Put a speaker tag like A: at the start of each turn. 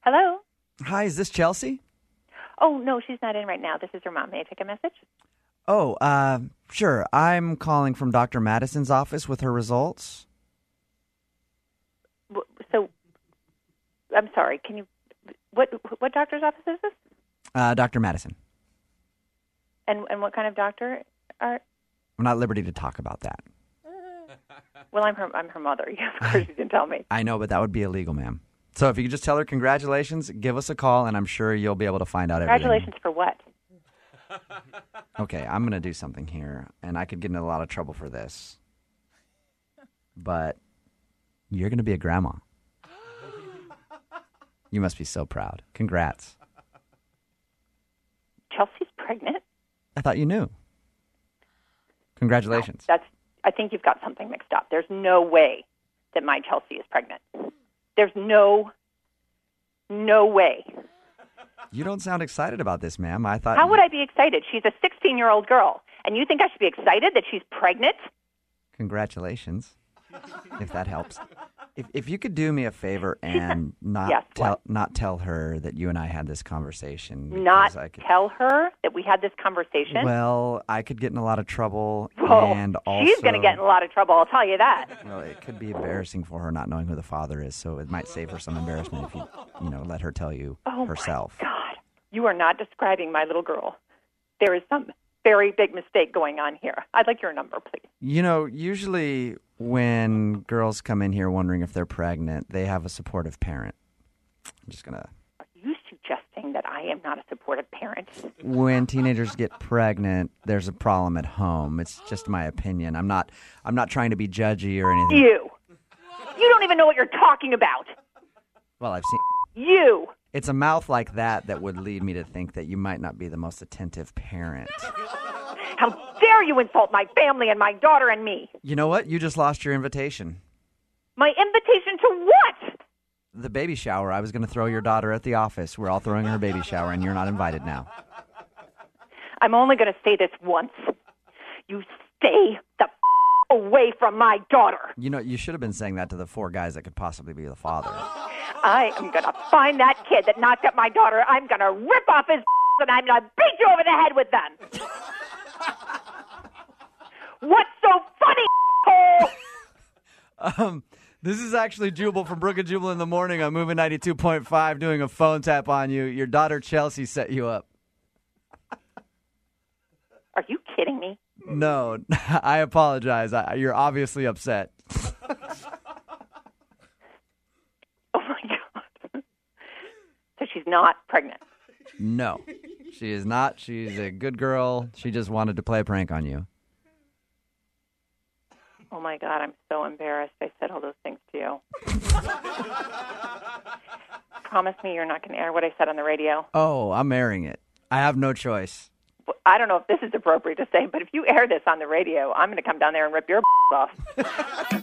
A: Hello.
B: Hi, is this Chelsea?
A: Oh no, she's not in right now. This is her mom. May I take a message?
B: Oh, uh, sure. I'm calling from Dr. Madison's office with her results.
A: W- So, I'm sorry. Can you? What what doctor's office is this?
B: Uh, Dr. Madison.
A: And and what kind of doctor are?
B: I'm not at liberty to talk about that.
A: Well, I'm her I'm her mother. Yeah, of course you can tell me.
B: I know, but that would be illegal, ma'am. So if you could just tell her congratulations, give us a call, and I'm sure you'll be able to find out
A: Congratulations for what?
B: everything. Okay, I'm going to do something here, and I could get in a lot of trouble for this. But you're going to be a grandma. You must be so proud. Congrats.
A: Chelsea's pregnant.
B: I thought you knew. Congratulations.
A: That's. I think you've got something mixed up. There's no way that my Chelsea is pregnant. There's no. No way.
B: You don't sound excited about this, ma'am. I thought.
A: How would I be excited? She's a 16 year old girl. And you think I should be excited that she's pregnant?
B: Congratulations, if that helps. If, if you could do me a favor and not
A: Yes,
B: tell
A: what?
B: not tell her that you and I had this conversation.
A: Not
B: because I could,
A: tell her that we had this conversation.
B: Well, I could get in a lot of trouble,
A: Whoa,
B: and also
A: she's going to get in a lot of trouble. I'll tell you that.
B: Well, it could be embarrassing for her not knowing who the father is, so it might save her some embarrassment if you you know let her tell you
A: Oh, my
B: herself.
A: God, you are not describing my little girl. There is some very big mistake going on here. I'd like your number, please.
B: You know, usually when girls come in here wondering if they're pregnant, they have a supportive parent. I'm just gonna.
A: Are you suggesting that I am not a supportive parent?
B: When teenagers get pregnant, there's a problem at home. It's just my opinion. I'm not. I'm not trying to be judgy or anything.
A: You. You don't even know what you're talking about.
B: Well, I've seen.
A: You.
B: It's a mouth like that that would lead me to think that you might not be the most attentive parent.
A: How dare you insult my family and my daughter and me?
B: You know what? You just lost your invitation.
A: My invitation to what?
B: The baby shower. I was going to throw your daughter at the office. We're all throwing her baby shower, and you're not invited now.
A: I'm only going to say this once. You stay the f- away from my daughter.
B: You know, you should have been saying that to the four guys that could possibly be the father.
A: I am going to find that kid that knocked up my daughter. I'm going to rip off his f- and I'm going to beat you over the head with them. What's so funny, hole?
B: Um, this is actually Jubal from Brook and Jubal in the morning on Moving 92.5 doing a phone tap on you. Your daughter Chelsea set you up.
A: Are you kidding me?
B: No, I apologize. I, you're obviously upset.
A: Oh my God. So she's not pregnant.
B: No, she is not. She's a good girl. She just wanted to play a prank on you.
A: Oh my God, I'm so embarrassed. I said all those things to you. Promise me you're not going to air what I said on the radio.
B: Oh, I'm airing it. I have no choice.
A: I don't know if this is appropriate to say, but if you air this on the radio, I'm going to come down there and rip your off.